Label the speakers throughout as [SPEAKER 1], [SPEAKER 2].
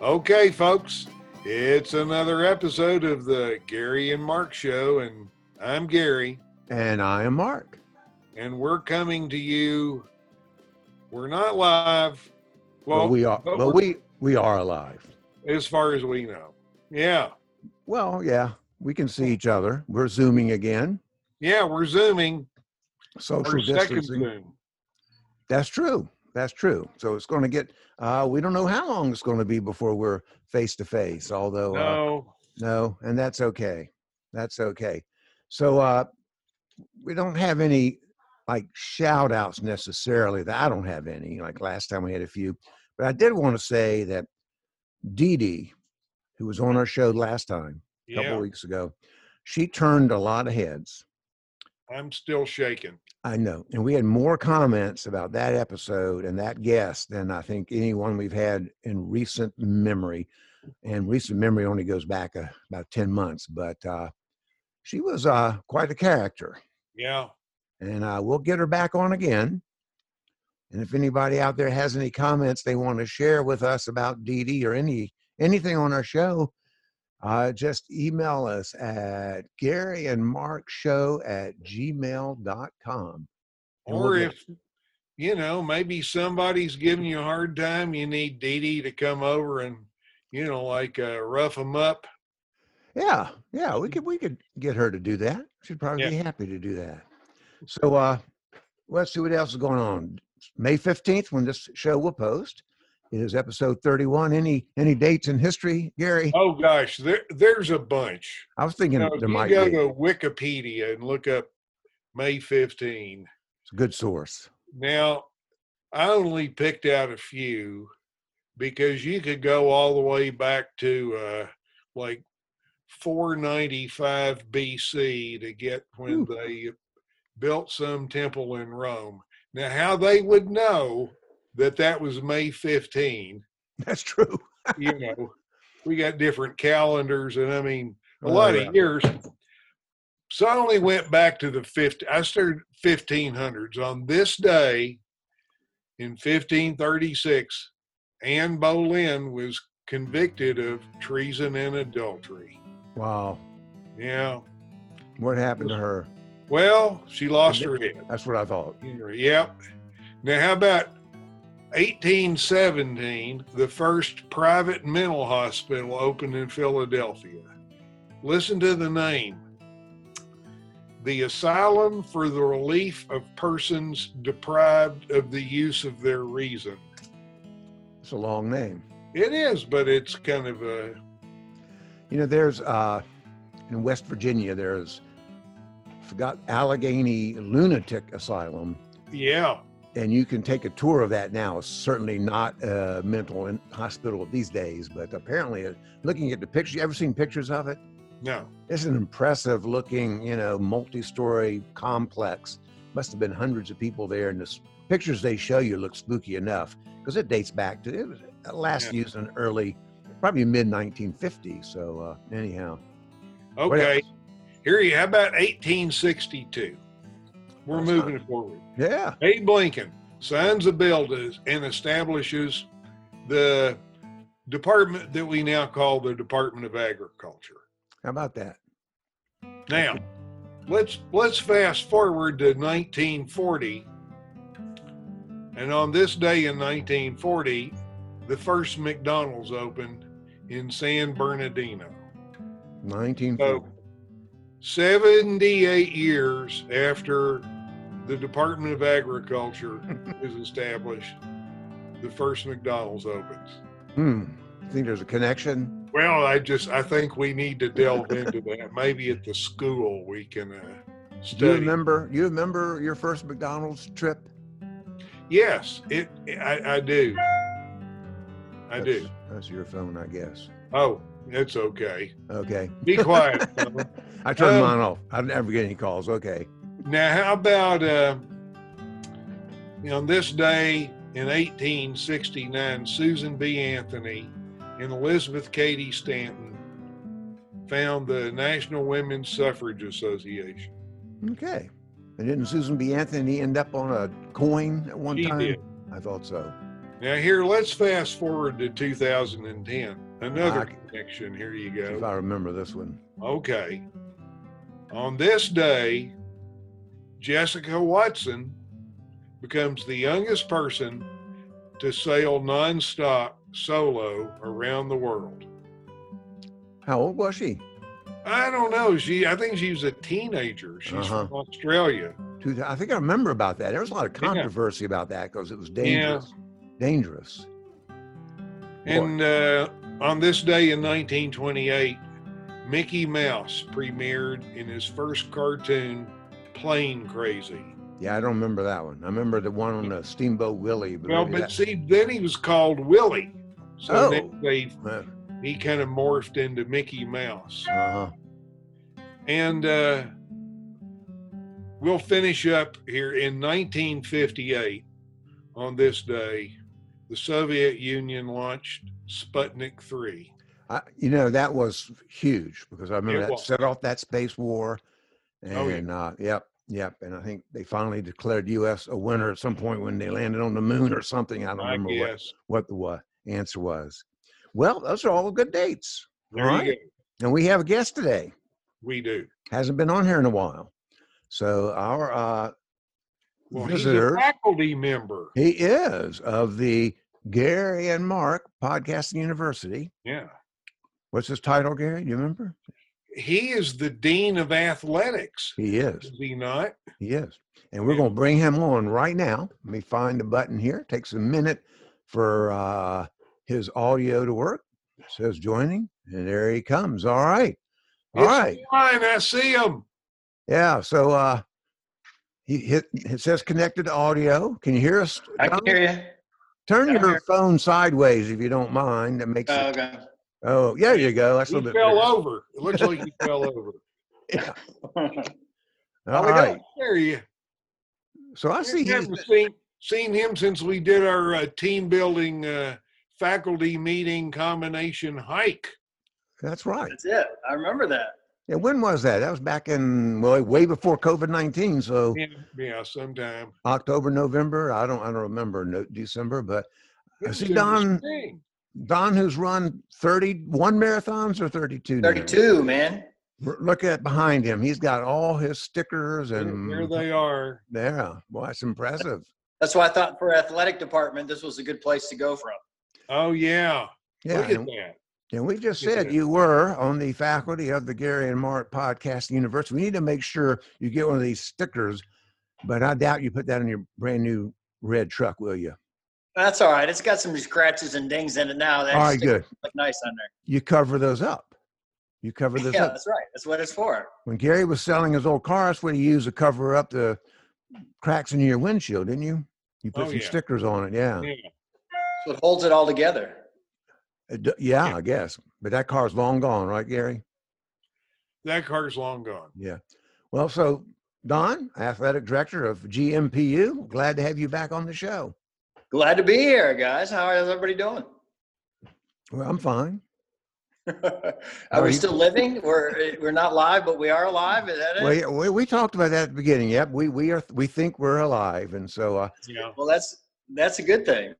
[SPEAKER 1] Okay, folks, it's another episode of the Gary and Mark Show, and I'm Gary,
[SPEAKER 2] And I am Mark.
[SPEAKER 1] and we're coming to you. We're not live.
[SPEAKER 2] Well,
[SPEAKER 1] Well,
[SPEAKER 2] we are.
[SPEAKER 1] but
[SPEAKER 2] Well, we we are alive.
[SPEAKER 1] as far as we know. Yeah.
[SPEAKER 2] Well, yeah, we can see each other. We're zooming again.
[SPEAKER 1] Yeah, we're Zooming.
[SPEAKER 2] Social
[SPEAKER 1] Our second
[SPEAKER 2] distancing.
[SPEAKER 1] Zoom.
[SPEAKER 2] That's true. That's true. So it's going to get. Uh, we don't know how long it's going to be before we're face to face. Although uh,
[SPEAKER 1] No.
[SPEAKER 2] No, and that's okay. That's okay. So uh we don't have any like shout outs necessarily that I don't have any. Like last time we had a few, but I did want to say that Dee Dee, who was on our show last time, a couple
[SPEAKER 1] Yeah,
[SPEAKER 2] weeks ago, she turned a lot of heads.
[SPEAKER 1] I'm still shaking.
[SPEAKER 2] I know. And we had more comments about that episode and that guest than I think anyone we've had in recent memory. And recent memory only goes back uh, about 10 months, but uh, she was uh, quite a character.
[SPEAKER 1] Yeah.
[SPEAKER 2] And uh, we'll get her back on again. And if anybody out there has any comments they want to share with us about Dee Dee or any anything on our show, uh, just email us at Gary and Mark Show at gmail.com. And we'll
[SPEAKER 1] Or
[SPEAKER 2] get-
[SPEAKER 1] if, you know, maybe somebody's giving you a hard time, you need Dee Dee to come over and, you know, like uh, rough them up.
[SPEAKER 2] Yeah, yeah, we could we could get her to do that. She'd probably
[SPEAKER 1] Mm-hmm. Yeah.
[SPEAKER 2] be happy to do that. So uh let's see what else is going on. May 15th when this show will post. It is episode 31. Any any dates in history, Gary?
[SPEAKER 1] Oh gosh, there there's a bunch.
[SPEAKER 2] I was thinking
[SPEAKER 1] You know,
[SPEAKER 2] there
[SPEAKER 1] if
[SPEAKER 2] might
[SPEAKER 1] you go
[SPEAKER 2] be.
[SPEAKER 1] to Wikipedia and look up May 15.
[SPEAKER 2] It's a good source.
[SPEAKER 1] Now, I only picked out a few because you could go all the way back to uh, like 495 BC to get when
[SPEAKER 2] Ooh.
[SPEAKER 1] they built some temple in Rome. Now, how they would know that that was May 15,
[SPEAKER 2] That's true.
[SPEAKER 1] you know, we got different calendars, and I mean, a lot
[SPEAKER 2] Yeah.
[SPEAKER 1] of years. So I only went back to the 50, I started 1500s. On this day in 1536, Anne Boleyn was convicted of treason and adultery.
[SPEAKER 2] Wow.
[SPEAKER 1] Yeah.
[SPEAKER 2] What happened to her?
[SPEAKER 1] Well, she lost her head.
[SPEAKER 2] That's what I thought.
[SPEAKER 1] Yep. Now, how about 1817, the first private mental hospital opened in Philadelphia? Listen to the name the Asylum for the Relief of Persons Deprived of the Use of Their Reason.
[SPEAKER 2] It's a long name.
[SPEAKER 1] It is, but it's kind of a
[SPEAKER 2] You know, there's uh in West Virginia there's I forgot Allegheny Lunatic Asylum.
[SPEAKER 1] yeah,
[SPEAKER 2] and you can take a tour of that now. It's certainly not a mental in- hospital these days, but apparently, uh, looking at the pictures, you ever seen pictures of it?
[SPEAKER 1] no,
[SPEAKER 2] It's an impressive looking, you know, multi story complex. Must have been hundreds of people there, and the s- pictures they show you look spooky enough because it dates back to it was uh, last
[SPEAKER 1] Yeah.
[SPEAKER 2] used in early, probably mid 1950s. So, uh, anyhow, what
[SPEAKER 1] okay.
[SPEAKER 2] else?
[SPEAKER 1] Here you how about 1862? We're
[SPEAKER 2] That's
[SPEAKER 1] moving it forward.
[SPEAKER 2] yeah,
[SPEAKER 1] Abe Lincoln signs a bill to, and establishes the department that we now call the Department of Agriculture.
[SPEAKER 2] how about that?
[SPEAKER 1] Now, let's let's fast forward to 1940. And on this day in 1940, the first McDonald's opened in San Bernardino.
[SPEAKER 2] 1940.
[SPEAKER 1] 78 years after the Department of Agriculture is established, the first McDonald's opens.
[SPEAKER 2] Hmm. Think there's a connection?
[SPEAKER 1] Well, I just I think we need to delve into that. Maybe at the school we can uh,
[SPEAKER 2] Do you
[SPEAKER 1] study.
[SPEAKER 2] remember? Do you remember your first McDonald's trip?
[SPEAKER 1] yes, it I, I do. I
[SPEAKER 2] That's-
[SPEAKER 1] do.
[SPEAKER 2] That's your phone, I guess.
[SPEAKER 1] Oh, that's okay.
[SPEAKER 2] Okay.
[SPEAKER 1] Be quiet. Phil.
[SPEAKER 2] I turned
[SPEAKER 1] Um,
[SPEAKER 2] mine off. I never get any calls. Okay.
[SPEAKER 1] Now, how about uh, on this day in 1869, Susan B. Anthony and Elizabeth Cady Stanton found the National Women's Suffrage Association.
[SPEAKER 2] Okay. And didn't Susan B. Anthony end up on a coin at one
[SPEAKER 1] She
[SPEAKER 2] time?
[SPEAKER 1] did.
[SPEAKER 2] I thought so.
[SPEAKER 1] Now here, let's fast forward to 2010. Another
[SPEAKER 2] Ah, okay.
[SPEAKER 1] connection. Here you
[SPEAKER 2] See if
[SPEAKER 1] go.
[SPEAKER 2] I remember this one.
[SPEAKER 1] Okay. On this day, Jessica Watson becomes the youngest person to sail nonstop solo around the world.
[SPEAKER 2] How old was she?
[SPEAKER 1] I don't know. She, I think she was a teenager. She's from Australia.
[SPEAKER 2] Two thou- I think I remember about that. There was a lot of controversy about that because it was dangerous. Dangerous.
[SPEAKER 1] And uh, on this day in 1928, Mickey Mouse premiered in his first cartoon, Plane Crazy.
[SPEAKER 2] Yeah, I don't remember that one. I remember the one on uh, Steamboat Willie. but
[SPEAKER 1] Well,
[SPEAKER 2] maybe
[SPEAKER 1] but see, then he was called Willie. So
[SPEAKER 2] Oh.
[SPEAKER 1] then they,
[SPEAKER 2] that-
[SPEAKER 1] he kind of morphed into Mickey Mouse.
[SPEAKER 2] uh, uh-huh.
[SPEAKER 1] And uh, we'll finish up here in 1958 on this day. The Soviet Union launched Sputnik 3.
[SPEAKER 2] I, you know that was huge because I remember
[SPEAKER 1] It
[SPEAKER 2] that
[SPEAKER 1] was.
[SPEAKER 2] set off that space war, and
[SPEAKER 1] Oh, yeah.
[SPEAKER 2] uh, yep, yep. And I think they finally declared U.S. a winner at some point when they landed on the moon or something. I don't
[SPEAKER 1] I
[SPEAKER 2] remember what,
[SPEAKER 1] guess.
[SPEAKER 2] what the wa- answer was. Well, those are all good dates,
[SPEAKER 1] There you
[SPEAKER 2] right?
[SPEAKER 1] go.
[SPEAKER 2] And we have a guest today.
[SPEAKER 1] We do.
[SPEAKER 2] Hasn't been on here in a while, so our uh,
[SPEAKER 1] Well,
[SPEAKER 2] visitor.
[SPEAKER 1] he's a faculty member.
[SPEAKER 2] He is of the Gary and Mark Podcasting University.
[SPEAKER 1] Yeah.
[SPEAKER 2] What's his title, Gary? Do you remember?
[SPEAKER 1] He is the dean of athletics.
[SPEAKER 2] He is.
[SPEAKER 1] Is he not?
[SPEAKER 2] He is. And we're
[SPEAKER 1] Yeah.
[SPEAKER 2] going to bring him on right now. Let me find the button here. Takes a minute for uh, his audio to work. It says joining, and there he comes. All right. All
[SPEAKER 1] It's
[SPEAKER 2] right.
[SPEAKER 1] Fine, I see him.
[SPEAKER 2] Yeah. So uh, he hit, it says connected to audio. Can you hear us?
[SPEAKER 3] I
[SPEAKER 2] Don?
[SPEAKER 3] can hear you.
[SPEAKER 2] Turn
[SPEAKER 3] I'm
[SPEAKER 2] your
[SPEAKER 3] here.
[SPEAKER 2] phone sideways if you don't mind. That makes
[SPEAKER 3] Oh,
[SPEAKER 2] it.
[SPEAKER 3] okay.
[SPEAKER 2] Oh, yeah, there you go. That's a
[SPEAKER 1] He
[SPEAKER 2] little bit.
[SPEAKER 1] fell
[SPEAKER 2] better.
[SPEAKER 1] over. It looks like he fell over.
[SPEAKER 2] All
[SPEAKER 1] Oh, yeah,
[SPEAKER 2] right.
[SPEAKER 1] There you
[SPEAKER 2] So I
[SPEAKER 1] I
[SPEAKER 2] see he's
[SPEAKER 1] haven't seen, seen him since we did our uh, team building uh, faculty meeting combination hike.
[SPEAKER 2] that's right.
[SPEAKER 3] That's it. I remember that.
[SPEAKER 2] Yeah, when was that? That was back in well, way before COVID nineteen. So
[SPEAKER 1] Yeah, yeah, sometime.
[SPEAKER 2] October, November. I don't, I don't remember no, December, but
[SPEAKER 1] It
[SPEAKER 2] I
[SPEAKER 1] was
[SPEAKER 2] see
[SPEAKER 1] in the
[SPEAKER 2] Don-
[SPEAKER 1] spring.
[SPEAKER 2] Don, who's run thirty-one marathons or thirty-two? now?
[SPEAKER 3] 32, man.
[SPEAKER 2] R- Look at behind him. He's got all his stickers
[SPEAKER 1] There-
[SPEAKER 2] and
[SPEAKER 1] There they are.
[SPEAKER 2] yeah, boy, that's impressive.
[SPEAKER 3] That's why I thought for athletic department, this was a good place to go from.
[SPEAKER 1] Oh, yeah.
[SPEAKER 2] Yeah,
[SPEAKER 1] Look at
[SPEAKER 2] and,
[SPEAKER 1] that.
[SPEAKER 2] and we've just
[SPEAKER 1] look at
[SPEAKER 2] said
[SPEAKER 1] that.
[SPEAKER 2] you were on the faculty of the Gary and Mark Podcast University. We need to make sure you get one of these stickers, but I doubt you put that in your brand new red truck, will you?
[SPEAKER 3] That's all right. It's got some scratches and dings in it now. That
[SPEAKER 2] All right,
[SPEAKER 3] stick
[SPEAKER 2] good.
[SPEAKER 3] look nice on there.
[SPEAKER 2] you cover those up. You cover those
[SPEAKER 3] Yeah,
[SPEAKER 2] up.
[SPEAKER 3] that's right. That's what it's for.
[SPEAKER 2] When Gary was selling his old car, that's what he used to cover up the cracks in your windshield, didn't you? You put
[SPEAKER 1] Oh,
[SPEAKER 2] some
[SPEAKER 1] yeah.
[SPEAKER 2] stickers on it, yeah.
[SPEAKER 1] Yeah.
[SPEAKER 3] That's what holds it all together.
[SPEAKER 2] It d- Yeah,
[SPEAKER 1] Yeah.
[SPEAKER 2] I guess. But that car's long gone, right, Gary?
[SPEAKER 1] That car's long gone.
[SPEAKER 2] Yeah. Well, so Don, athletic director of GMPU, glad to have you back on the show.
[SPEAKER 3] Glad to be here, guys. How is everybody doing?
[SPEAKER 2] Well, I'm fine.
[SPEAKER 3] Are
[SPEAKER 2] you-
[SPEAKER 3] we still living? We're we're not live, but we are alive. Is that it?
[SPEAKER 2] Well, yeah, we, we talked about that at the beginning. Yep, we we are we think we're alive, and so uh,
[SPEAKER 1] Yeah.
[SPEAKER 3] Well, that's that's a good thing.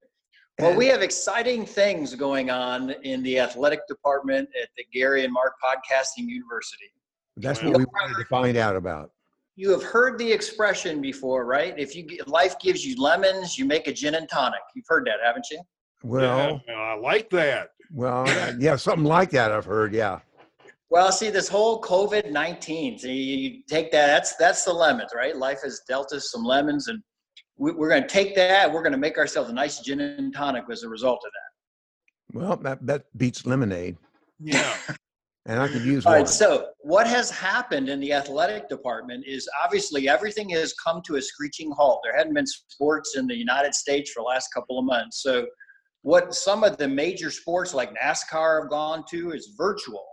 [SPEAKER 3] Well,
[SPEAKER 2] and-
[SPEAKER 3] we have exciting things going on in the athletic department at the Gary and Mark Podcasting University.
[SPEAKER 2] that's
[SPEAKER 1] Well-
[SPEAKER 2] what we wanted to find out about.
[SPEAKER 3] You have heard the expression before, right? If you if life gives you lemons, you make a gin and tonic. You've heard that, haven't you?
[SPEAKER 2] Well,
[SPEAKER 1] Yeah, I like that.
[SPEAKER 2] Well, uh, yeah, something like that I've heard. Yeah,
[SPEAKER 3] Well, see, this whole COVID nineteen, so you, you take that. That's that's the lemons, right? Life has dealt us some lemons, and we, we're going to take that. We're going to make ourselves a nice gin and tonic as a result of that.
[SPEAKER 2] well, that that beats lemonade,
[SPEAKER 1] Yeah.
[SPEAKER 2] and I could use
[SPEAKER 3] All
[SPEAKER 2] one.
[SPEAKER 3] right. So, what has happened in the athletic department is obviously everything has come to a screeching halt. There hadn't been sports in the United States for the last couple of months. So, what some of the major sports like NASCAR have gone to is virtual.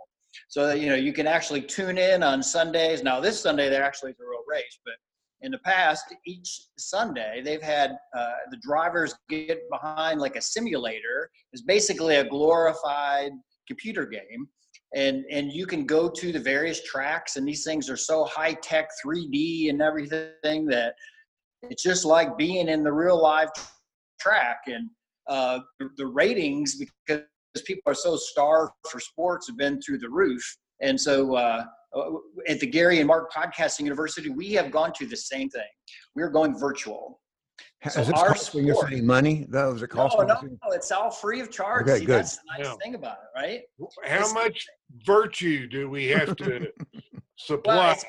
[SPEAKER 3] So that you know you can actually tune in on Sundays. Now this Sunday there actually is a real race, but in the past each Sunday they've had uh, the drivers get behind like a simulator. It's basically a glorified computer game, and and you can go to the various tracks and these things are so high tech 3d and everything that it's just like being in the real live track and uh, the, the ratings because people are so starved for sports have been through the roof. And so uh, at the Gary and Mark Podcasting University, we have gone to the same thing. We're going virtual.
[SPEAKER 2] Has
[SPEAKER 3] So
[SPEAKER 2] this
[SPEAKER 3] our
[SPEAKER 2] costing us
[SPEAKER 3] sport-
[SPEAKER 2] any money? Those are
[SPEAKER 3] No,
[SPEAKER 2] costing
[SPEAKER 3] no,
[SPEAKER 2] us any-
[SPEAKER 3] no, it's all free of charge.
[SPEAKER 2] Okay,
[SPEAKER 3] See,
[SPEAKER 2] good.
[SPEAKER 3] That's the nice
[SPEAKER 1] Yeah.
[SPEAKER 3] thing about it, right?
[SPEAKER 1] How
[SPEAKER 3] It's-
[SPEAKER 1] much virtue do we have to
[SPEAKER 3] Well,
[SPEAKER 1] supply?
[SPEAKER 3] it's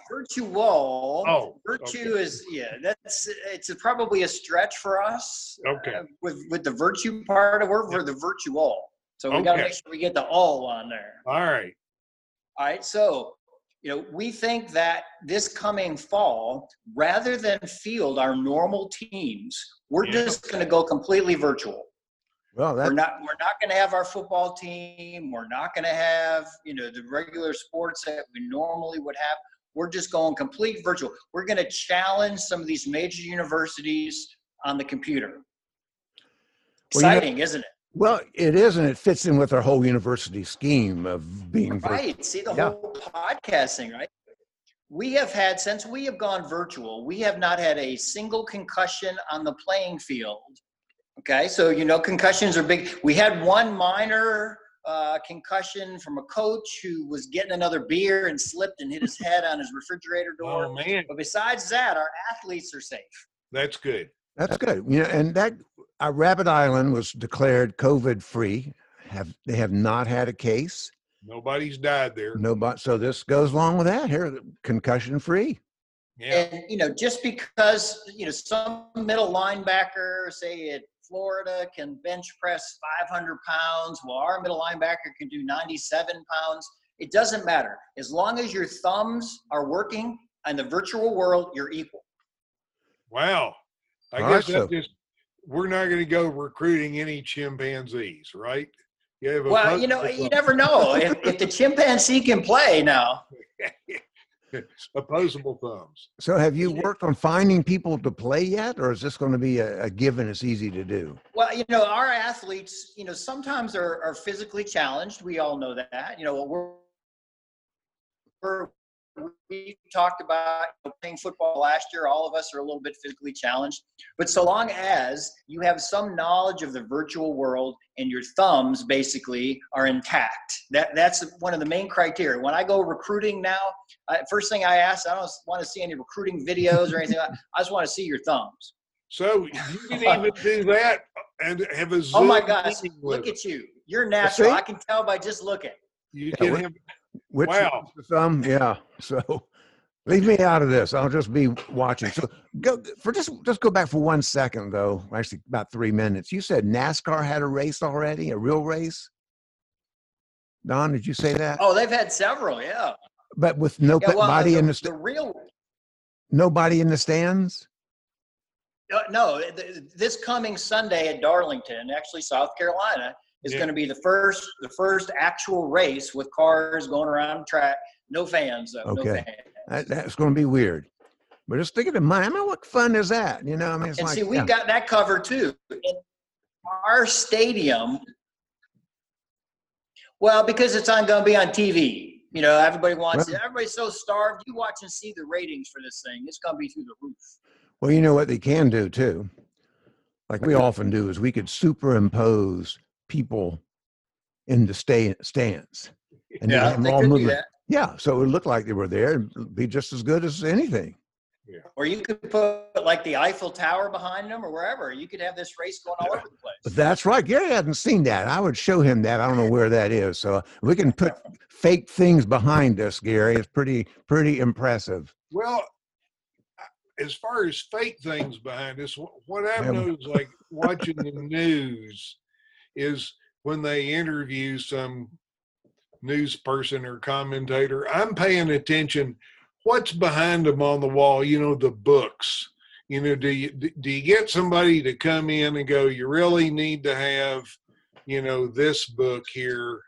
[SPEAKER 3] virtual.
[SPEAKER 1] Oh,
[SPEAKER 3] Virtue is yeah. That's it's probably a stretch for us
[SPEAKER 1] Okay.
[SPEAKER 3] uh, with with the virtue part of work for the virtual. So we got to
[SPEAKER 1] Okay.
[SPEAKER 3] make sure we get the all on there.
[SPEAKER 1] All right.
[SPEAKER 3] All right. So you know we think that this coming fall, rather than field our normal teams, we're
[SPEAKER 1] Yeah.
[SPEAKER 3] just going to go completely virtual.
[SPEAKER 2] Well,
[SPEAKER 3] We're
[SPEAKER 2] that,
[SPEAKER 3] not, we're not going to have our football team. We're not going to have, you know, the regular sports that we normally would have. We're just going complete virtual. We're going to challenge some of these major universities on the computer.
[SPEAKER 2] Well, you know-
[SPEAKER 3] Exciting, isn't it?
[SPEAKER 2] well, it is, and it fits in with our whole university scheme of being virtual.
[SPEAKER 3] Right. See the
[SPEAKER 2] Yeah.
[SPEAKER 3] whole podcasting, right? We have had, since we have gone virtual, we have not had a single concussion on the playing field. Okay. So, you know, concussions are big. We had one minor uh, concussion from a coach who was getting another beer and slipped and hit his head on his refrigerator door.
[SPEAKER 1] Oh, man.
[SPEAKER 3] But besides that, our athletes are safe.
[SPEAKER 1] That's good.
[SPEAKER 2] That's good. You know, and that uh, Rabbit Island was declared COVID free. Have they have not had a case?
[SPEAKER 1] Nobody's died there.
[SPEAKER 2] Nobody. So this goes along with that. Here, concussion free.
[SPEAKER 1] Yeah.
[SPEAKER 3] And you know, just because you know some middle linebacker, say at Florida, can bench press 500 pounds, while our middle linebacker can do 97 pounds, it doesn't matter. As long as your thumbs are working in the virtual world, you're equal.
[SPEAKER 1] Wow. I
[SPEAKER 2] All right,
[SPEAKER 1] guess that
[SPEAKER 2] so-
[SPEAKER 1] just, we're not going to go recruiting any chimpanzees, right? You have a
[SPEAKER 3] Well,
[SPEAKER 1] bunch
[SPEAKER 3] you know,
[SPEAKER 1] of
[SPEAKER 3] you
[SPEAKER 1] them.
[SPEAKER 3] never know if, if the chimpanzee can play now.
[SPEAKER 1] opposable thumbs.
[SPEAKER 2] So have you
[SPEAKER 3] Yeah.
[SPEAKER 2] worked on finding people to play yet, or is this going to be a, a given? It's easy to do.
[SPEAKER 3] Well, you know, our athletes, you know, sometimes are, are physically challenged. We all know that. You know, we're, we're we talked about you know, playing football last year. All of us are a little bit physically challenged, but so long as you have some knowledge of the virtual world and your thumbs basically are intact, that that's one of the main criteria. When I go recruiting now, I, first thing I ask, I don't want to see any recruiting videos or anything. I I just want to see your thumbs.
[SPEAKER 1] So you can even do that uh, and have a Zoom.
[SPEAKER 3] Oh my gosh,
[SPEAKER 1] meeting with
[SPEAKER 3] look
[SPEAKER 1] them.
[SPEAKER 3] at you. You're natural.
[SPEAKER 2] see?
[SPEAKER 3] I can tell by just looking.
[SPEAKER 1] you
[SPEAKER 2] Yeah,
[SPEAKER 1] can
[SPEAKER 2] we're-
[SPEAKER 1] have
[SPEAKER 2] Which
[SPEAKER 1] Wow.
[SPEAKER 2] is the thumb? Yeah. So leave me out of this. I'll just be watching. So go for just just go back for one second though. Actually, about three minutes. You said NASCAR had a race already, a real race. Don, did you say that?
[SPEAKER 3] Oh, they've had several, yeah.
[SPEAKER 2] But with no
[SPEAKER 3] Yeah, well, uh,
[SPEAKER 2] body in the
[SPEAKER 3] the
[SPEAKER 2] sta-
[SPEAKER 3] real
[SPEAKER 2] nobody in the stands.
[SPEAKER 3] No, uh, no, th- th- this coming Sunday at Darlington, actually South Carolina, is
[SPEAKER 1] Yeah.
[SPEAKER 3] going to be the first the first actual race with cars going around the track. No fans though. No
[SPEAKER 2] Okay.
[SPEAKER 3] fans.
[SPEAKER 2] That, that's going to be weird. But just thinking of mine, I mean, what fun is that? You know, I mean, it's
[SPEAKER 3] and
[SPEAKER 2] like
[SPEAKER 3] see, we
[SPEAKER 2] yeah.
[SPEAKER 3] got that covered too. And our stadium, well, because it's on going to be on TV. You know, everybody wants it.
[SPEAKER 2] Well-
[SPEAKER 3] Everybody's so starved. You watch and see the ratings for this thing. It's going to be through the roof.
[SPEAKER 2] Well, you know what they can do too, like we often do, is we could superimpose people in the sta- stands. And
[SPEAKER 1] Yeah,
[SPEAKER 2] yeah,
[SPEAKER 3] they
[SPEAKER 2] raw
[SPEAKER 3] could do
[SPEAKER 2] movement.
[SPEAKER 3] that.
[SPEAKER 2] yeah, so it would look like they were there and be just as good as anything.
[SPEAKER 3] Or you could put like the Eiffel Tower behind them or wherever. You could have this race going all over the place.
[SPEAKER 2] But that's right. Gary hadn't seen that. I would show him that. I don't know where that is. So we can put fake things behind us, Gary. It's pretty, pretty impressive.
[SPEAKER 1] Well, as far as fake things behind us, wh- what I
[SPEAKER 2] Yeah.
[SPEAKER 1] know is like watching the news is when they interview some news person or commentator, I'm paying attention. What's behind them on the wall? You know, the books. You know, do you do do you get somebody to come in and go? You really need to have, you know, this book here,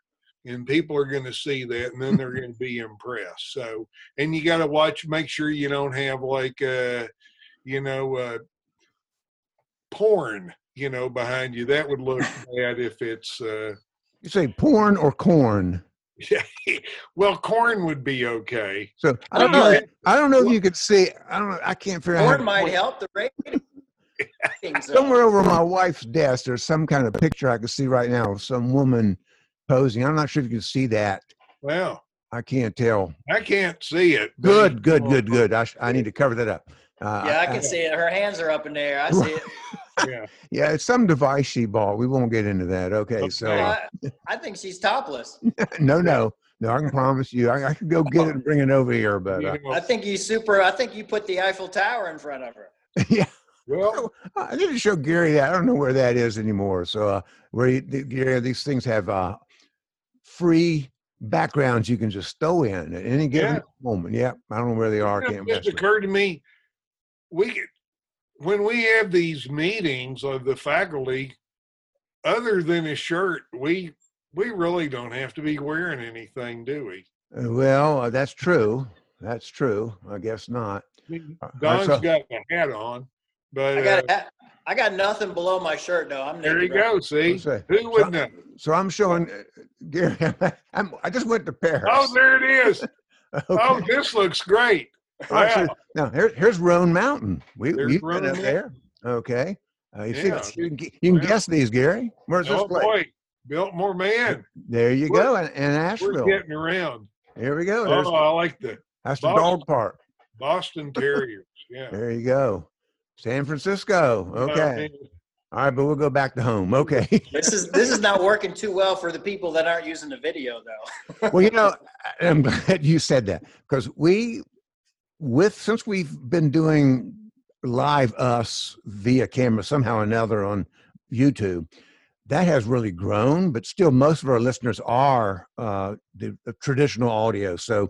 [SPEAKER 1] and people are going to see that, and then they're going to be impressed. So, and you got to watch make sure you don't have like uh you know uh porn you know behind you that would look bad if it's uh
[SPEAKER 2] You say porn or corn?
[SPEAKER 1] well corn would be okay
[SPEAKER 2] So I don't know. I don't know if you could see. I don't know. I can't figure out. how
[SPEAKER 3] Corn
[SPEAKER 2] to-
[SPEAKER 3] might help the rating. things that-
[SPEAKER 2] Somewhere over my wife's desk, there's some kind of picture I can see right now of some woman posing. I'm not sure if you can see that.
[SPEAKER 1] Well,
[SPEAKER 2] I can't tell.
[SPEAKER 1] I can't see it. but-
[SPEAKER 2] Good, good, good, good. I, sh- I need to cover that up. Uh,
[SPEAKER 3] Yeah, I can see it. Her hands are up in the air. I see it.
[SPEAKER 1] Yeah.
[SPEAKER 2] Yeah, it's some device she bought. We won't get into that. Okay,
[SPEAKER 3] No,
[SPEAKER 2] so uh,
[SPEAKER 1] Okay.
[SPEAKER 3] I, I think she's topless.
[SPEAKER 2] no, no, no. I can promise you, I, I could go get it and bring it over here, but uh,
[SPEAKER 1] You know,
[SPEAKER 3] I think you super. I think you put the Eiffel Tower in front of her.
[SPEAKER 2] yeah,
[SPEAKER 1] well,
[SPEAKER 2] I need to show Gary that. I don't know where that is anymore. So, uh, where you, the, Gary, these things have uh, free backgrounds you can just throw in at any given
[SPEAKER 1] Yeah.
[SPEAKER 2] moment. Yeah, I don't know where they are. I
[SPEAKER 1] it
[SPEAKER 2] can't
[SPEAKER 1] just
[SPEAKER 2] mess with.
[SPEAKER 1] occurred to me, we could, when we have these meetings of the faculty, other than a shirt, we we really don't have to be wearing anything, do we?
[SPEAKER 2] Uh, Well, uh, that's true. That's true. I guess not.
[SPEAKER 1] I mean,
[SPEAKER 2] Uh,
[SPEAKER 1] Don's
[SPEAKER 2] so-
[SPEAKER 1] got a hat on, but
[SPEAKER 3] I
[SPEAKER 1] uh,
[SPEAKER 3] got. a- I got nothing below my shirt though. I'm
[SPEAKER 1] there you
[SPEAKER 3] naked.
[SPEAKER 1] go. See,
[SPEAKER 2] Let's see.
[SPEAKER 1] who
[SPEAKER 2] So-
[SPEAKER 1] would know?
[SPEAKER 2] So I'm showing uh, Gary. I'm, I just went to Paris.
[SPEAKER 1] Oh, there it is.
[SPEAKER 2] Okay.
[SPEAKER 1] Oh, this looks great.
[SPEAKER 2] All right, so
[SPEAKER 1] Wow.
[SPEAKER 2] now here, here's Roan Mountain. We
[SPEAKER 1] There's
[SPEAKER 2] we
[SPEAKER 1] Roan
[SPEAKER 2] been up there. Okay. Uh, you see,
[SPEAKER 1] Yeah.
[SPEAKER 2] you can, ge- you can
[SPEAKER 1] Wow.
[SPEAKER 2] guess these, Gary. Where's this
[SPEAKER 1] Oh
[SPEAKER 2] place?
[SPEAKER 1] boy, Biltmore man,
[SPEAKER 2] There you
[SPEAKER 1] We're-
[SPEAKER 2] go, in, in
[SPEAKER 1] we're
[SPEAKER 2] Asheville.
[SPEAKER 1] getting around.
[SPEAKER 2] Here we go. There's,
[SPEAKER 1] Oh, I like the
[SPEAKER 2] that's the
[SPEAKER 1] Boston.
[SPEAKER 2] dog park.
[SPEAKER 1] Boston Terriers. Yeah.
[SPEAKER 2] There you go. San Francisco. Okay.
[SPEAKER 1] Uh,
[SPEAKER 2] All right, but we'll go back to home. Okay.
[SPEAKER 3] This is this is not working too well for the people that aren't using the video though.
[SPEAKER 2] well, you know, I- I'm glad you said that because we, with since we've been doing live us via camera somehow or another on YouTube, that has really grown. But still, most of our listeners are uh, the, the traditional audio. So,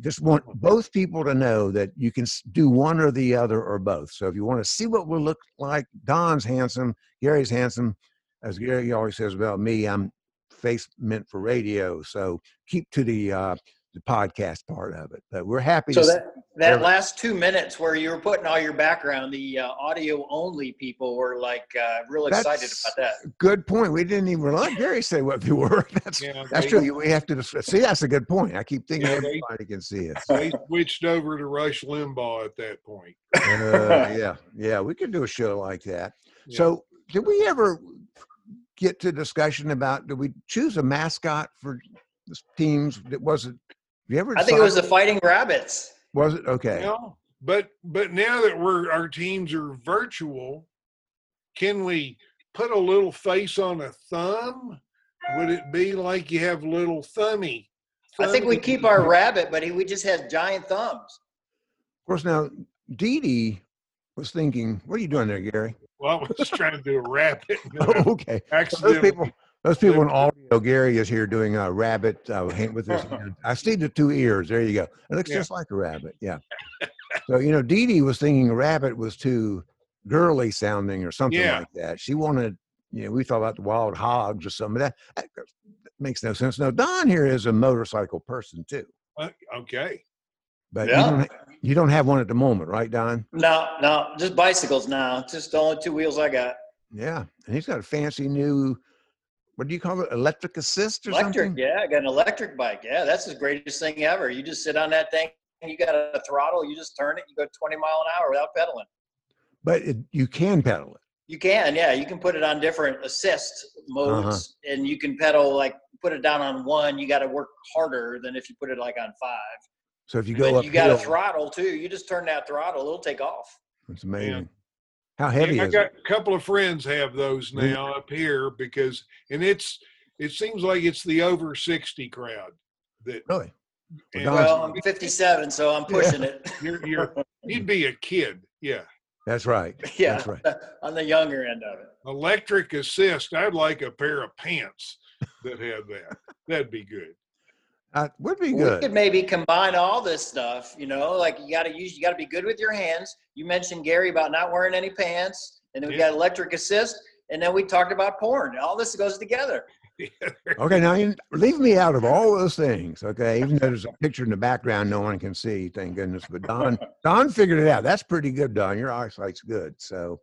[SPEAKER 2] just want both people to know that you can s- do one or the other or both. So, if you want to see what we look like, Don's handsome, Gary's handsome. As Gary always says about me, I'm face meant for radio. So keep to the uh, the podcast part of it. But we're happy.
[SPEAKER 3] So
[SPEAKER 2] to
[SPEAKER 3] that that
[SPEAKER 2] Yeah.
[SPEAKER 3] last two minutes where you were putting all your background, the uh, audio only people were like uh, real excited
[SPEAKER 2] That's-
[SPEAKER 3] about that.
[SPEAKER 2] good point. We didn't even let Gary say what they were. That's
[SPEAKER 1] yeah,
[SPEAKER 2] that's
[SPEAKER 1] they-
[SPEAKER 2] true. You- We have to discuss. See, that's a good point. I keep thinking
[SPEAKER 1] Yeah, they-
[SPEAKER 2] everybody can see it.
[SPEAKER 1] They switched over to Rush Limbaugh at that point.
[SPEAKER 2] Uh, yeah, yeah, we could do a show like that.
[SPEAKER 1] Yeah.
[SPEAKER 2] So, did we ever get to discussion about? Did we choose a mascot for this teams? That wasn't. You ever?
[SPEAKER 3] I think it was
[SPEAKER 2] decide-
[SPEAKER 3] the Fighting Rabbits.
[SPEAKER 2] Was it okay?
[SPEAKER 1] Yeah. But but now that we're our teams are virtual, can we put a little face on a thumb? Would it be like you have little thummy?
[SPEAKER 3] I think we
[SPEAKER 1] Thummy-
[SPEAKER 3] keep our rabbit, but he, we just had giant thumbs.
[SPEAKER 2] Of course. Now, Dee Dee was thinking, "What are you doing there, Gary?"
[SPEAKER 1] Well, I was trying to do a rabbit.
[SPEAKER 2] Oh, okay. Those people,
[SPEAKER 1] Accidentally.
[SPEAKER 2] those people in audio. Gary is here doing a rabbit uh, hand with his. hand. I see the two ears. There you go. It looks
[SPEAKER 1] Yeah.
[SPEAKER 2] just like a rabbit. Yeah. so you know, Dee Dee was thinking rabbit was too girly sounding or something
[SPEAKER 1] Yeah.
[SPEAKER 2] like that. She wanted, you know, we thought about the wild hogs or something. That, that makes no sense. Now Don here is a motorcycle person too,
[SPEAKER 1] Uh, Okay.
[SPEAKER 2] but you,
[SPEAKER 3] Yeah.
[SPEAKER 2] don't, you don't have one at the moment, right, Don?
[SPEAKER 3] No, no, just bicycles now. Just the only two wheels I got.
[SPEAKER 2] Yeah, and he's got a fancy new. What do you call it? Electric assist or
[SPEAKER 3] Electric,
[SPEAKER 2] something?
[SPEAKER 3] yeah, I got an electric bike. Yeah, that's the greatest thing ever. You just sit on that thing, you got a throttle, you just turn it, you go 20 mile an hour without pedaling.
[SPEAKER 2] But it, you can pedal it.
[SPEAKER 3] You can, yeah, you can put it on different assist modes
[SPEAKER 2] Uh-huh.
[SPEAKER 3] and you can pedal like put it down on one, you got to work harder than if you put it like on five.
[SPEAKER 2] So if you go
[SPEAKER 3] But
[SPEAKER 2] up,
[SPEAKER 3] you got a throttle too. You just turn that throttle, it'll take off.
[SPEAKER 2] it's amazing. How heavy
[SPEAKER 1] Yeah, I
[SPEAKER 2] is
[SPEAKER 1] got
[SPEAKER 2] it?
[SPEAKER 1] a couple of friends have those
[SPEAKER 2] Mm.
[SPEAKER 1] now up here because, and it's it seems like it's the over sixty crowd that
[SPEAKER 2] Really? Oh, Well,
[SPEAKER 1] and-
[SPEAKER 2] Don's-
[SPEAKER 3] Well, I'm 57, so I'm pushing it.
[SPEAKER 1] You're, you're, you'd be a kid. Yeah.
[SPEAKER 2] That's right.
[SPEAKER 3] yeah,
[SPEAKER 2] That's right.
[SPEAKER 3] on the younger end of it.
[SPEAKER 1] Electric assist. I'd like a pair of pants that had that. That'd be good.
[SPEAKER 2] Uh, would be
[SPEAKER 3] We
[SPEAKER 2] good.
[SPEAKER 3] could maybe combine all this stuff, you know, like you gotta use, you gotta be good with your hands. You mentioned Gary about not wearing any pants and then we
[SPEAKER 1] Yeah.
[SPEAKER 3] got electric assist and then we talked about porn. All this goes together.
[SPEAKER 2] Okay, now you, leave me out of all those things. Okay, even though there's a picture in the background, no one can see. Thank goodness. But Don, Don figured it out. That's pretty good, Don. Your eyesight's good. So,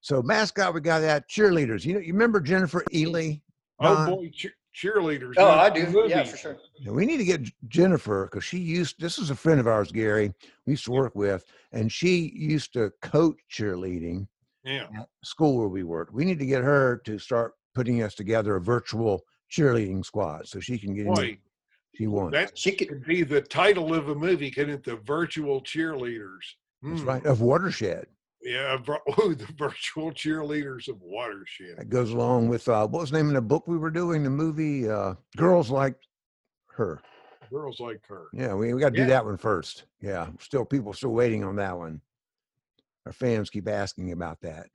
[SPEAKER 2] so mascot, we got that. Cheerleaders. You know, you remember Jennifer Ely?
[SPEAKER 1] Oh
[SPEAKER 2] Don.
[SPEAKER 1] boy, cheer, cheerleaders.
[SPEAKER 3] Oh,
[SPEAKER 1] in
[SPEAKER 3] I
[SPEAKER 1] the
[SPEAKER 3] do. Yeah,
[SPEAKER 1] movies.
[SPEAKER 3] for sure.
[SPEAKER 2] Now, we need to get J- Jennifer because she used. This is a friend of ours, Gary. We used to work with, and she used to coach cheerleading.
[SPEAKER 1] Yeah.
[SPEAKER 2] school where we worked. We need to get her to start putting us together a virtual cheerleading squad so she can get in.
[SPEAKER 1] Boy,
[SPEAKER 2] She wants.
[SPEAKER 1] that
[SPEAKER 3] She could,
[SPEAKER 1] could be the title of a movie, couldn't it? The Virtual Cheerleaders.
[SPEAKER 2] That's
[SPEAKER 1] Hmm.
[SPEAKER 2] right. Of watershed
[SPEAKER 1] Yeah. vir- Oh, the Virtual Cheerleaders of Watershed.
[SPEAKER 2] that goes along with uh, what was the name of the book we were doing? The movie uh, Girls Like Her.
[SPEAKER 1] Girls like her.
[SPEAKER 2] Yeah, we, we got to
[SPEAKER 1] Yeah.
[SPEAKER 2] do that one first. Yeah, still people still waiting on that one. Our fans keep asking about that.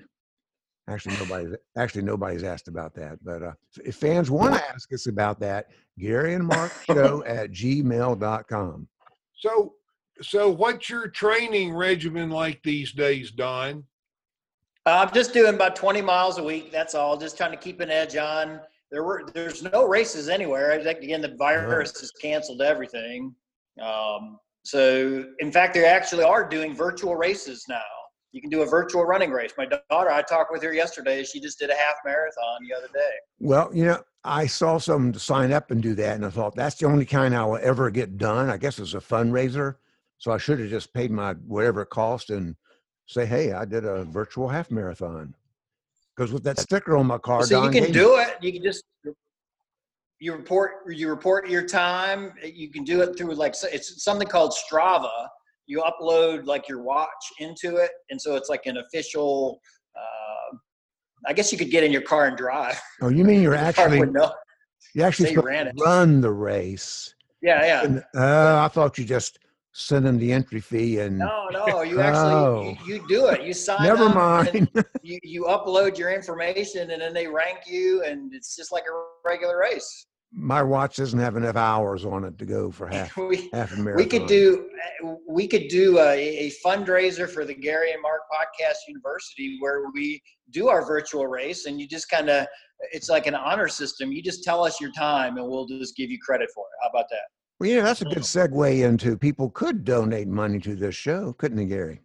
[SPEAKER 2] Actually, nobody's actually nobody's asked about that. But uh, if fans want to ask us about that, Gary and Mark Show at gmail.com.
[SPEAKER 1] So, so what's your training regimen like these days, Don?
[SPEAKER 3] Uh, I'm just doing about 20 miles a week. That's all. Just trying to keep an edge on. There were there's no races anywhere. I think, Again, the virus has canceled everything. Um, so in fact, they actually are doing virtual races now. You can do a virtual running race. My daughter, I talked with her yesterday. She just did a half marathon the other day.
[SPEAKER 2] Well, you know, I saw some sign up and do that, and I thought that's the only kind I will ever get done. I guess it's a fundraiser, so I should have just paid my whatever it cost and say, "Hey, I did a virtual half marathon." Because with that sticker on my car,
[SPEAKER 3] so
[SPEAKER 2] Don
[SPEAKER 3] you can
[SPEAKER 2] gave-
[SPEAKER 3] do it. You can just you report you report your time. You can do it through like so- it's something called Strava. You upload like your watch into it, and so it's like an official. Uh, I guess you could get in your car and drive.
[SPEAKER 2] Oh, you mean you're
[SPEAKER 3] Your car
[SPEAKER 2] actually
[SPEAKER 3] would know.
[SPEAKER 2] you actually
[SPEAKER 3] they
[SPEAKER 2] supposed
[SPEAKER 3] ran
[SPEAKER 2] to
[SPEAKER 3] it.
[SPEAKER 2] run the race?
[SPEAKER 3] Yeah, yeah.
[SPEAKER 2] And, oh, I thought you just sent them the entry fee and
[SPEAKER 3] No, no. You actually
[SPEAKER 2] Oh.
[SPEAKER 3] you, you do it. You sign.
[SPEAKER 2] never
[SPEAKER 3] up,
[SPEAKER 2] mind.
[SPEAKER 3] and You you upload your information, and then they rank you, and it's just like a regular race.
[SPEAKER 2] my watch doesn't have enough hours on it to go for half
[SPEAKER 3] we,
[SPEAKER 2] half a marathon.
[SPEAKER 3] We could do eh, we could do a, a fundraiser for the Gary and Mark Podcast University where we do our virtual race, and you just kind of it's like an honor system. You just tell us your time, and we'll just give you credit for it. How about that?
[SPEAKER 2] Well, you know, that's a
[SPEAKER 1] Oh.
[SPEAKER 2] good segue into people could donate money to this show, couldn't they, Gary?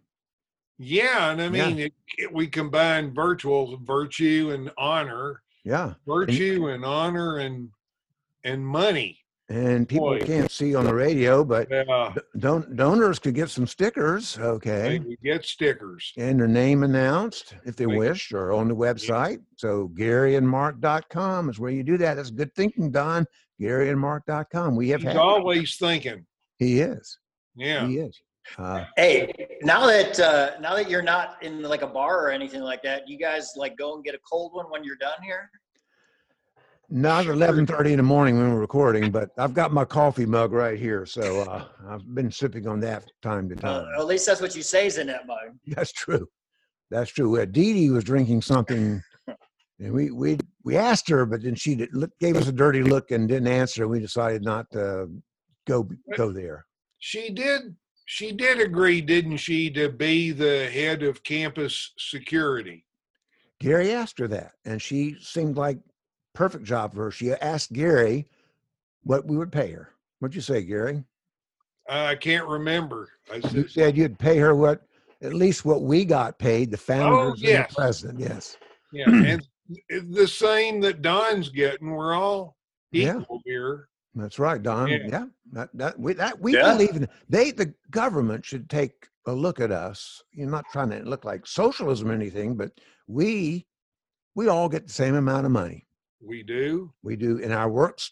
[SPEAKER 1] Yeah, and I
[SPEAKER 2] Yeah.
[SPEAKER 1] mean, it, it, we combine virtual virtue and honor,
[SPEAKER 2] Yeah.
[SPEAKER 1] virtue and honor and and money.
[SPEAKER 2] And people
[SPEAKER 1] Boy.
[SPEAKER 2] can't see on the radio, but
[SPEAKER 1] Uh,
[SPEAKER 2] d- don- donors could get some stickers, okay,
[SPEAKER 1] and we get stickers.
[SPEAKER 2] and their name announced if they
[SPEAKER 1] Right.
[SPEAKER 2] wish or on the website. So GaryandMark.com is where you do that. That's good thinking, Don. GaryandMark.com. We have
[SPEAKER 1] He's
[SPEAKER 2] had.
[SPEAKER 1] always thinking.
[SPEAKER 2] He is.
[SPEAKER 1] Yeah,
[SPEAKER 2] He is. Uh,
[SPEAKER 3] Hey, now that uh, now that you're not in like a bar or anything like that, you guys like go and get a cold one when you're done here.
[SPEAKER 2] not
[SPEAKER 1] Sure.
[SPEAKER 2] at 11:30 in the morning when we're recording, but I've got my coffee mug right here, so uh, I've been sipping on that time to
[SPEAKER 3] Uh,
[SPEAKER 2] time.
[SPEAKER 3] at least that's what you say is in that mug.
[SPEAKER 2] That's true. That's true. Uh, Dee Dee was drinking something, and we we we asked her, but then she did, look- gave us a dirty look and didn't answer. And we decided not to go go there.
[SPEAKER 1] she did. She did agree, didn't she, to be the head of campus security?
[SPEAKER 2] Gary asked her that, and she seemed like perfect job for her. She asked Gary what we would pay her. What'd you say, Gary?
[SPEAKER 1] I can't remember. I
[SPEAKER 2] You
[SPEAKER 1] said,
[SPEAKER 2] said you'd pay her what at least what we got paid, the founders and
[SPEAKER 1] yes.
[SPEAKER 2] the president. Yes.
[SPEAKER 1] yeah, and the same that Don's getting. We're all
[SPEAKER 2] Yeah.
[SPEAKER 1] equal here.
[SPEAKER 2] That's right, Don.
[SPEAKER 1] Yeah.
[SPEAKER 2] Yeah, that, that we that we
[SPEAKER 3] Yeah.
[SPEAKER 2] believe in. They the government should take a look at us. You're not trying to look like socialism or anything, but we we all get the same amount of money.
[SPEAKER 1] We do.
[SPEAKER 2] We do in our works.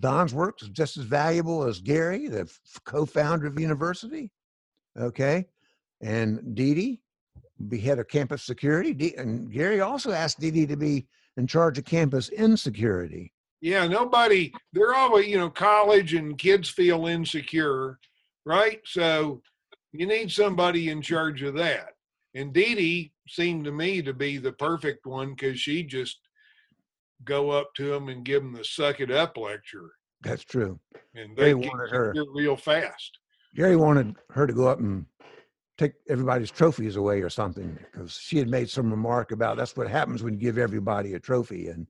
[SPEAKER 2] Don's works is just as valuable as Gary, the f- co-founder of university. Okay, and Dee Dee, be head of campus security. Dee, and Gary also asked Dee Dee to be in charge of campus insecurity.
[SPEAKER 1] Yeah, nobody, they're always, you know, college and kids feel insecure, right? So you need somebody in charge of that. And Dee Dee seemed to me to be the perfect one because she just go up to them and give them the suck it up lecture.
[SPEAKER 2] That's true.
[SPEAKER 1] And
[SPEAKER 2] They
[SPEAKER 1] they get
[SPEAKER 2] wanted her.
[SPEAKER 1] secure real fast.
[SPEAKER 2] Jerry wanted her to go up and take everybody's trophies away or something because she had made some remark about that's what happens when you give everybody a trophy, and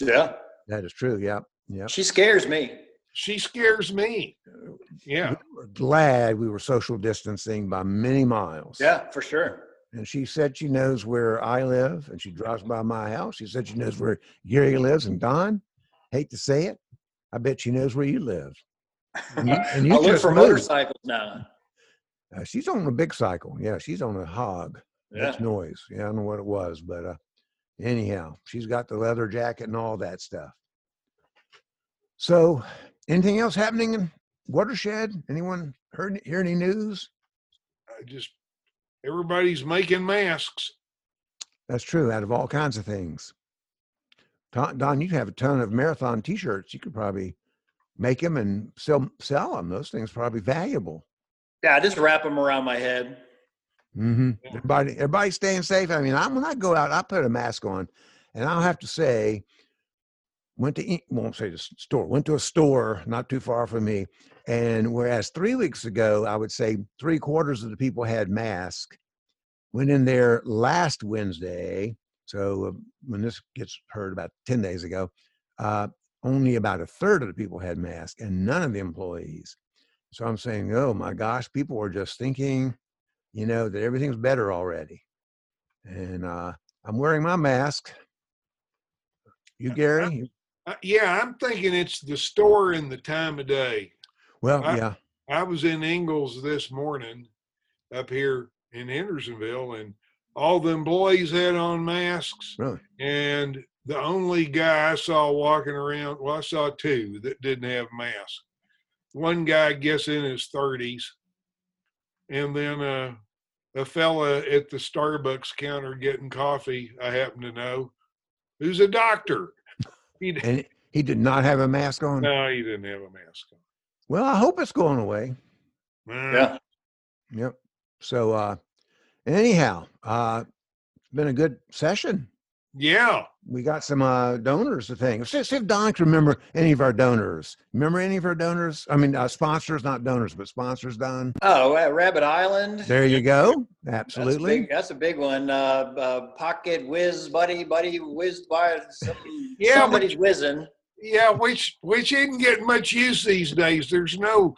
[SPEAKER 3] Yeah,
[SPEAKER 2] that is true. Yep, yep.
[SPEAKER 3] she scares me.
[SPEAKER 1] She scares me. Yeah.
[SPEAKER 2] We were glad we were social distancing by many miles.
[SPEAKER 3] Yeah, for sure.
[SPEAKER 2] And she said she knows where I live, and she drives by my house. She said she knows where Gary lives, and Don. Hate to say it, I bet she knows where you live. And you, and you
[SPEAKER 3] I look
[SPEAKER 2] just
[SPEAKER 3] for
[SPEAKER 2] moved.
[SPEAKER 3] motorcycles now.
[SPEAKER 2] Uh, she's on a big cycle. Yeah, she's on a hog.
[SPEAKER 3] Yeah.
[SPEAKER 2] It's noise. Yeah, I don't know what it was, but uh, anyhow, she's got the leather jacket and all that stuff. So, anything else happening in Watershed? Anyone heard hear any news?
[SPEAKER 1] I just, everybody's making masks.
[SPEAKER 2] That's true. Out of all kinds of things, Don, Don you have a ton of marathon T-shirts. You could probably make them and sell sell them. Those things probably valuable.
[SPEAKER 3] Yeah, I just wrap them around my head.
[SPEAKER 2] Mm-hmm.
[SPEAKER 1] Yeah.
[SPEAKER 2] Everybody, everybody staying safe. I mean, I, when I go out, I put a mask on, and I'll have to say, went to eat, won't say the s- store, went to a store not too far from me, and whereas three weeks ago, I would say three quarters of the people had masks. Went in there last Wednesday, so uh, when this gets heard about ten days ago, uh, only about a third of the people had masks, and none of the employees. So I'm saying, oh my gosh, people are just thinking you know that everything's better already and uh i'm wearing my mask you gary You-
[SPEAKER 1] Uh, yeah, I'm thinking it's the store and the time of day.
[SPEAKER 2] well
[SPEAKER 1] I-
[SPEAKER 2] yeah
[SPEAKER 1] I was in Ingalls this morning up here in Hendersonville and all the employees had on masks.
[SPEAKER 2] Really?
[SPEAKER 1] And the only guy I saw walking around, well, I saw two that didn't have masks. One guy, I guess, in his thirties. And then uh, a fella at the Starbucks counter getting coffee, I happen to know, who's a doctor. He, d-
[SPEAKER 2] and he did not have a mask on
[SPEAKER 1] no, he didn't have a mask on.
[SPEAKER 2] well i hope it's going away
[SPEAKER 1] Nah,
[SPEAKER 3] Yeah.
[SPEAKER 2] yep so uh anyhow uh it's been a good session
[SPEAKER 1] Yeah.
[SPEAKER 2] we got some uh donors to thank see, see if don can remember any of our donors remember any of our donors i mean uh, sponsors not donors but sponsors don
[SPEAKER 3] Oh, uh, Rabbit Island.
[SPEAKER 2] there you go
[SPEAKER 3] That's a
[SPEAKER 2] absolutely
[SPEAKER 3] big- That's a big, one. Uh, uh, Pocket Whiz Buddy, Buddy Whiz by some-
[SPEAKER 1] Yeah, but-
[SPEAKER 3] somebody's whizzing.
[SPEAKER 1] Yeah, which which isn't getting much use these days. There's no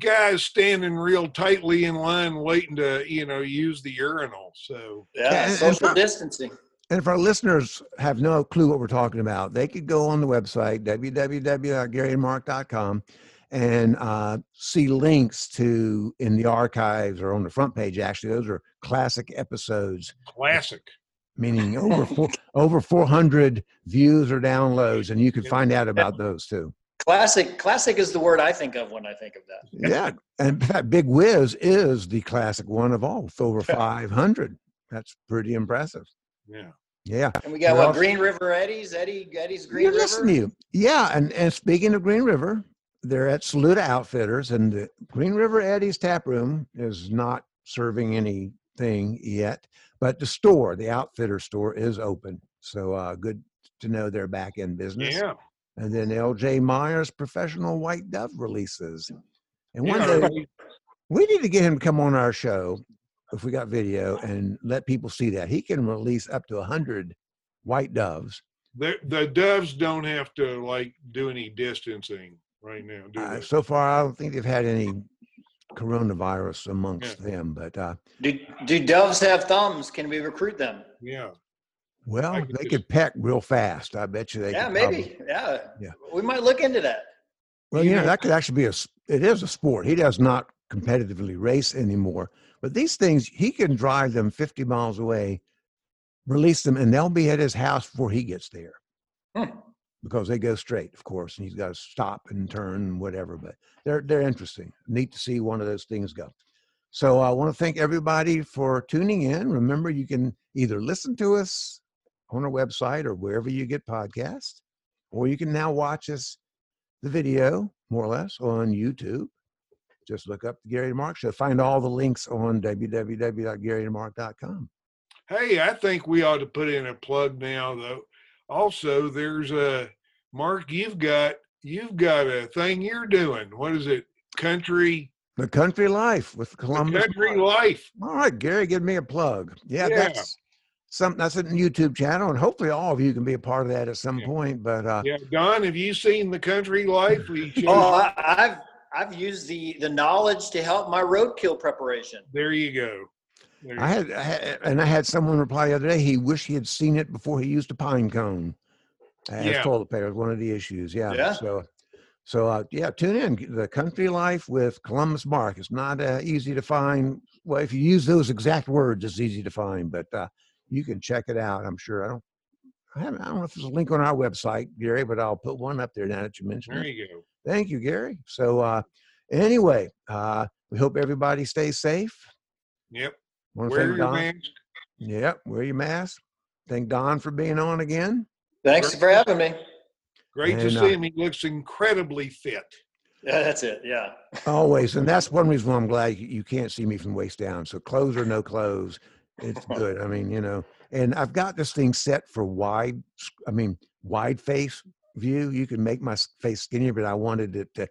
[SPEAKER 1] guys standing real tightly in line waiting to, you know, use the urinal. So
[SPEAKER 2] Yeah,
[SPEAKER 3] Yeah,
[SPEAKER 2] and- and
[SPEAKER 3] social
[SPEAKER 2] pro-
[SPEAKER 3] distancing.
[SPEAKER 2] And if our listeners have no clue what we're talking about, they could go on the website, www.garyandmark.com, and uh, see links to in the archives or on the front page. Actually, those are classic episodes,
[SPEAKER 1] classic.
[SPEAKER 2] meaning over four, over 400 views or downloads, and you can find out about those too.
[SPEAKER 3] Classic, classic is the word I think of when I think of that.
[SPEAKER 2] Yeah. And in fact, Big Wiz is the classic one of all, with over 500. That's pretty impressive.
[SPEAKER 1] Yeah.
[SPEAKER 2] Yeah.
[SPEAKER 3] And we got
[SPEAKER 2] We're
[SPEAKER 3] what
[SPEAKER 2] also-
[SPEAKER 3] Green River Eddies, Eddie, Eddie's Green
[SPEAKER 2] You're
[SPEAKER 3] River.
[SPEAKER 2] listening to you. Yeah, and, and speaking of Green River, they're at Saluda Outfitters, and the Green River Eddie's Tap Room is not serving anything yet, but the store, the Outfitter store, is open. So uh, good to know they're back in business.
[SPEAKER 1] Yeah.
[SPEAKER 2] And then L.J. Myers Professional White Dove releases, and one
[SPEAKER 1] Yeah,
[SPEAKER 2] day we need to get him to come on our show if we got video and let people see that he can release up to hundred white doves.
[SPEAKER 1] The the doves don't have to like do any distancing right now, do
[SPEAKER 2] Uh,
[SPEAKER 1] they?
[SPEAKER 2] so far, I don't think they've had any coronavirus amongst them. But uh,
[SPEAKER 3] Do, do doves have thumbs? Can we recruit them?
[SPEAKER 1] Yeah.
[SPEAKER 2] well,
[SPEAKER 1] could
[SPEAKER 2] they
[SPEAKER 1] just-
[SPEAKER 2] could peck real fast. I bet you they.
[SPEAKER 3] yeah,
[SPEAKER 2] could probably-
[SPEAKER 3] maybe. Yeah.
[SPEAKER 2] Yeah.
[SPEAKER 3] We might look into that.
[SPEAKER 2] well,
[SPEAKER 1] You
[SPEAKER 2] you know,
[SPEAKER 1] know-
[SPEAKER 2] that could actually be a. s- It is a sport. He does not competitively race anymore. But these things, he can drive them 50 miles away, release them, and they'll be at his house before he gets there.
[SPEAKER 3] Hmm.
[SPEAKER 2] Because they go straight, of course, and he's got to stop and turn and whatever. But they're they're interesting. Neat to see one of those things go. So I want to thank everybody for tuning in. Remember, you can either listen to us on our website or wherever you get podcasts, or you can now watch us the video, more or less, on YouTube. Just look up the Gary and Mark Show. Find all the links on www.garyandmark.com.
[SPEAKER 1] Hey, I think we ought to put in a plug now though. Also, there's a Mark, you've got you've got a thing you're doing. What is it? Country
[SPEAKER 2] The Country Life with Columbus.
[SPEAKER 1] Country Life.
[SPEAKER 2] All right, Gary, give me a plug. Yeah,
[SPEAKER 1] Yeah.
[SPEAKER 2] that's some that's a YouTube channel, and hopefully all of you can be a part of that at some
[SPEAKER 1] Yeah.
[SPEAKER 2] point. But uh,
[SPEAKER 1] Yeah, Don, have you seen the country life? We chose-
[SPEAKER 3] Oh, I, I've I've used the the knowledge to help my roadkill preparation.
[SPEAKER 1] there you go. There
[SPEAKER 2] I
[SPEAKER 1] you-
[SPEAKER 2] had, I had- and I had someone reply the other day. He wished he had seen it before he used a pine cone as
[SPEAKER 1] Yeah.
[SPEAKER 2] toilet paper. One of the issues, yeah.
[SPEAKER 3] Yeah.
[SPEAKER 2] So, so uh, yeah, tune in the country life with Columbus Mark. It's not uh, easy to find well, if you use those exact words, it's easy to find, but uh, you can check it out. I'm sure. I don't. I, haven't, I don't know if there's a link on our website, Gary, but I'll put one up there now that you mentioned
[SPEAKER 1] There
[SPEAKER 2] it.
[SPEAKER 1] you go.
[SPEAKER 2] Thank you, Gary. So uh, anyway, uh, we hope everybody stays safe.
[SPEAKER 1] Yep.
[SPEAKER 2] Wanna
[SPEAKER 1] Wear
[SPEAKER 2] thank
[SPEAKER 1] your
[SPEAKER 2] Don-
[SPEAKER 1] mask.
[SPEAKER 2] Yep, wear your mask. Thank Don for being on again.
[SPEAKER 3] Thanks for having me.
[SPEAKER 1] Great to
[SPEAKER 2] And, uh,
[SPEAKER 1] see him. He looks incredibly fit.
[SPEAKER 3] Yeah, that's it. Yeah.
[SPEAKER 2] Always, and that's one reason why I'm glad you- you can't see me from waist down. So clothes or no clothes, it's good. I mean, you know, and I've got this thing set for wide. s- I mean, wide face view. You can make my s- face skinnier, but I wanted it to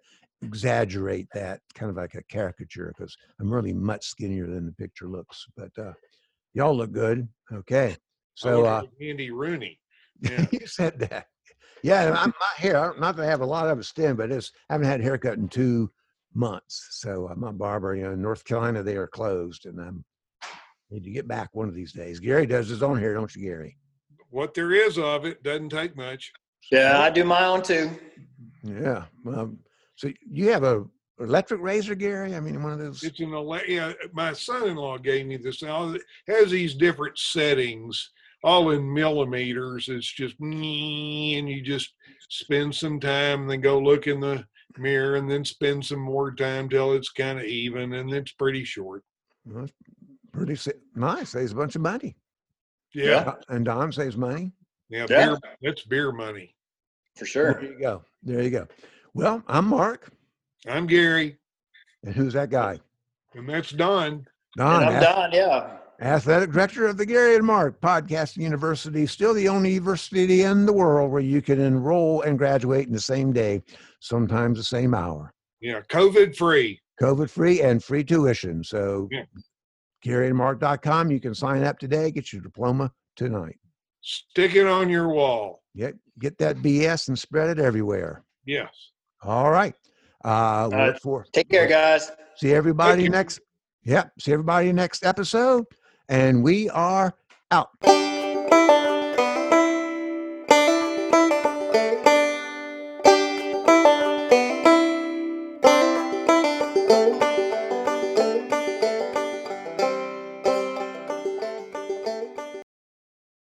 [SPEAKER 2] exaggerate that kind of like a caricature because I'm really much skinnier than the picture looks. But uh, y'all look good. Okay,
[SPEAKER 1] I
[SPEAKER 2] so
[SPEAKER 1] look
[SPEAKER 2] uh,
[SPEAKER 1] like Andy Rooney. Yeah.
[SPEAKER 2] you said that. Yeah, and I'm, my hair, I don't- not that I have a lot of it's thin, but it's, I haven't had a haircut in two months. So uh, my barber, you know, in North Carolina, they are closed, and I'm need to get back one of these days. Gary does his own hair, don't you, Gary?
[SPEAKER 1] What there is of it doesn't take much.
[SPEAKER 3] Yeah, I do my own too.
[SPEAKER 2] Yeah. Um, so you have a electric razor, Gary? I mean, one of those.
[SPEAKER 1] It's an ele- yeah, my son-in-law gave me this. Now it has these different settings, all in millimeters. It's just me, and you just spend some time, then go look in the mirror, and then spend some more time till it's kind of even, and it's pretty short.
[SPEAKER 2] well, it's pretty sa- nice. Saves a bunch of money,
[SPEAKER 1] Yeah,
[SPEAKER 2] and Don saves money.
[SPEAKER 1] yeah,
[SPEAKER 3] Yeah.
[SPEAKER 1] Beer, that's beer money.
[SPEAKER 3] For sure.
[SPEAKER 2] There you go. There you go. Well, I'm Mark,
[SPEAKER 1] I'm Gary,
[SPEAKER 2] and who's that guy?
[SPEAKER 1] and that's Don.
[SPEAKER 2] Don.
[SPEAKER 3] And I'm
[SPEAKER 2] that's-
[SPEAKER 3] done. Yeah.
[SPEAKER 2] Athletic director of the Gary and Mark Podcast University, still the only university in the world where you can enroll and graduate in the same day, sometimes the same hour.
[SPEAKER 1] Yeah, COVID-free.
[SPEAKER 2] COVID free and free tuition. So,
[SPEAKER 1] Yeah.
[SPEAKER 2] GaryandMark.com, you can sign up today, get your diploma tonight.
[SPEAKER 1] Stick it on your wall.
[SPEAKER 2] Get, get that BS and spread it everywhere.
[SPEAKER 1] Yes.
[SPEAKER 2] All right. Uh, we
[SPEAKER 3] Uh,
[SPEAKER 2] look for.
[SPEAKER 3] Take care, guys.
[SPEAKER 2] See everybody
[SPEAKER 1] you.
[SPEAKER 2] next. Yep. See everybody next episode. And we are out.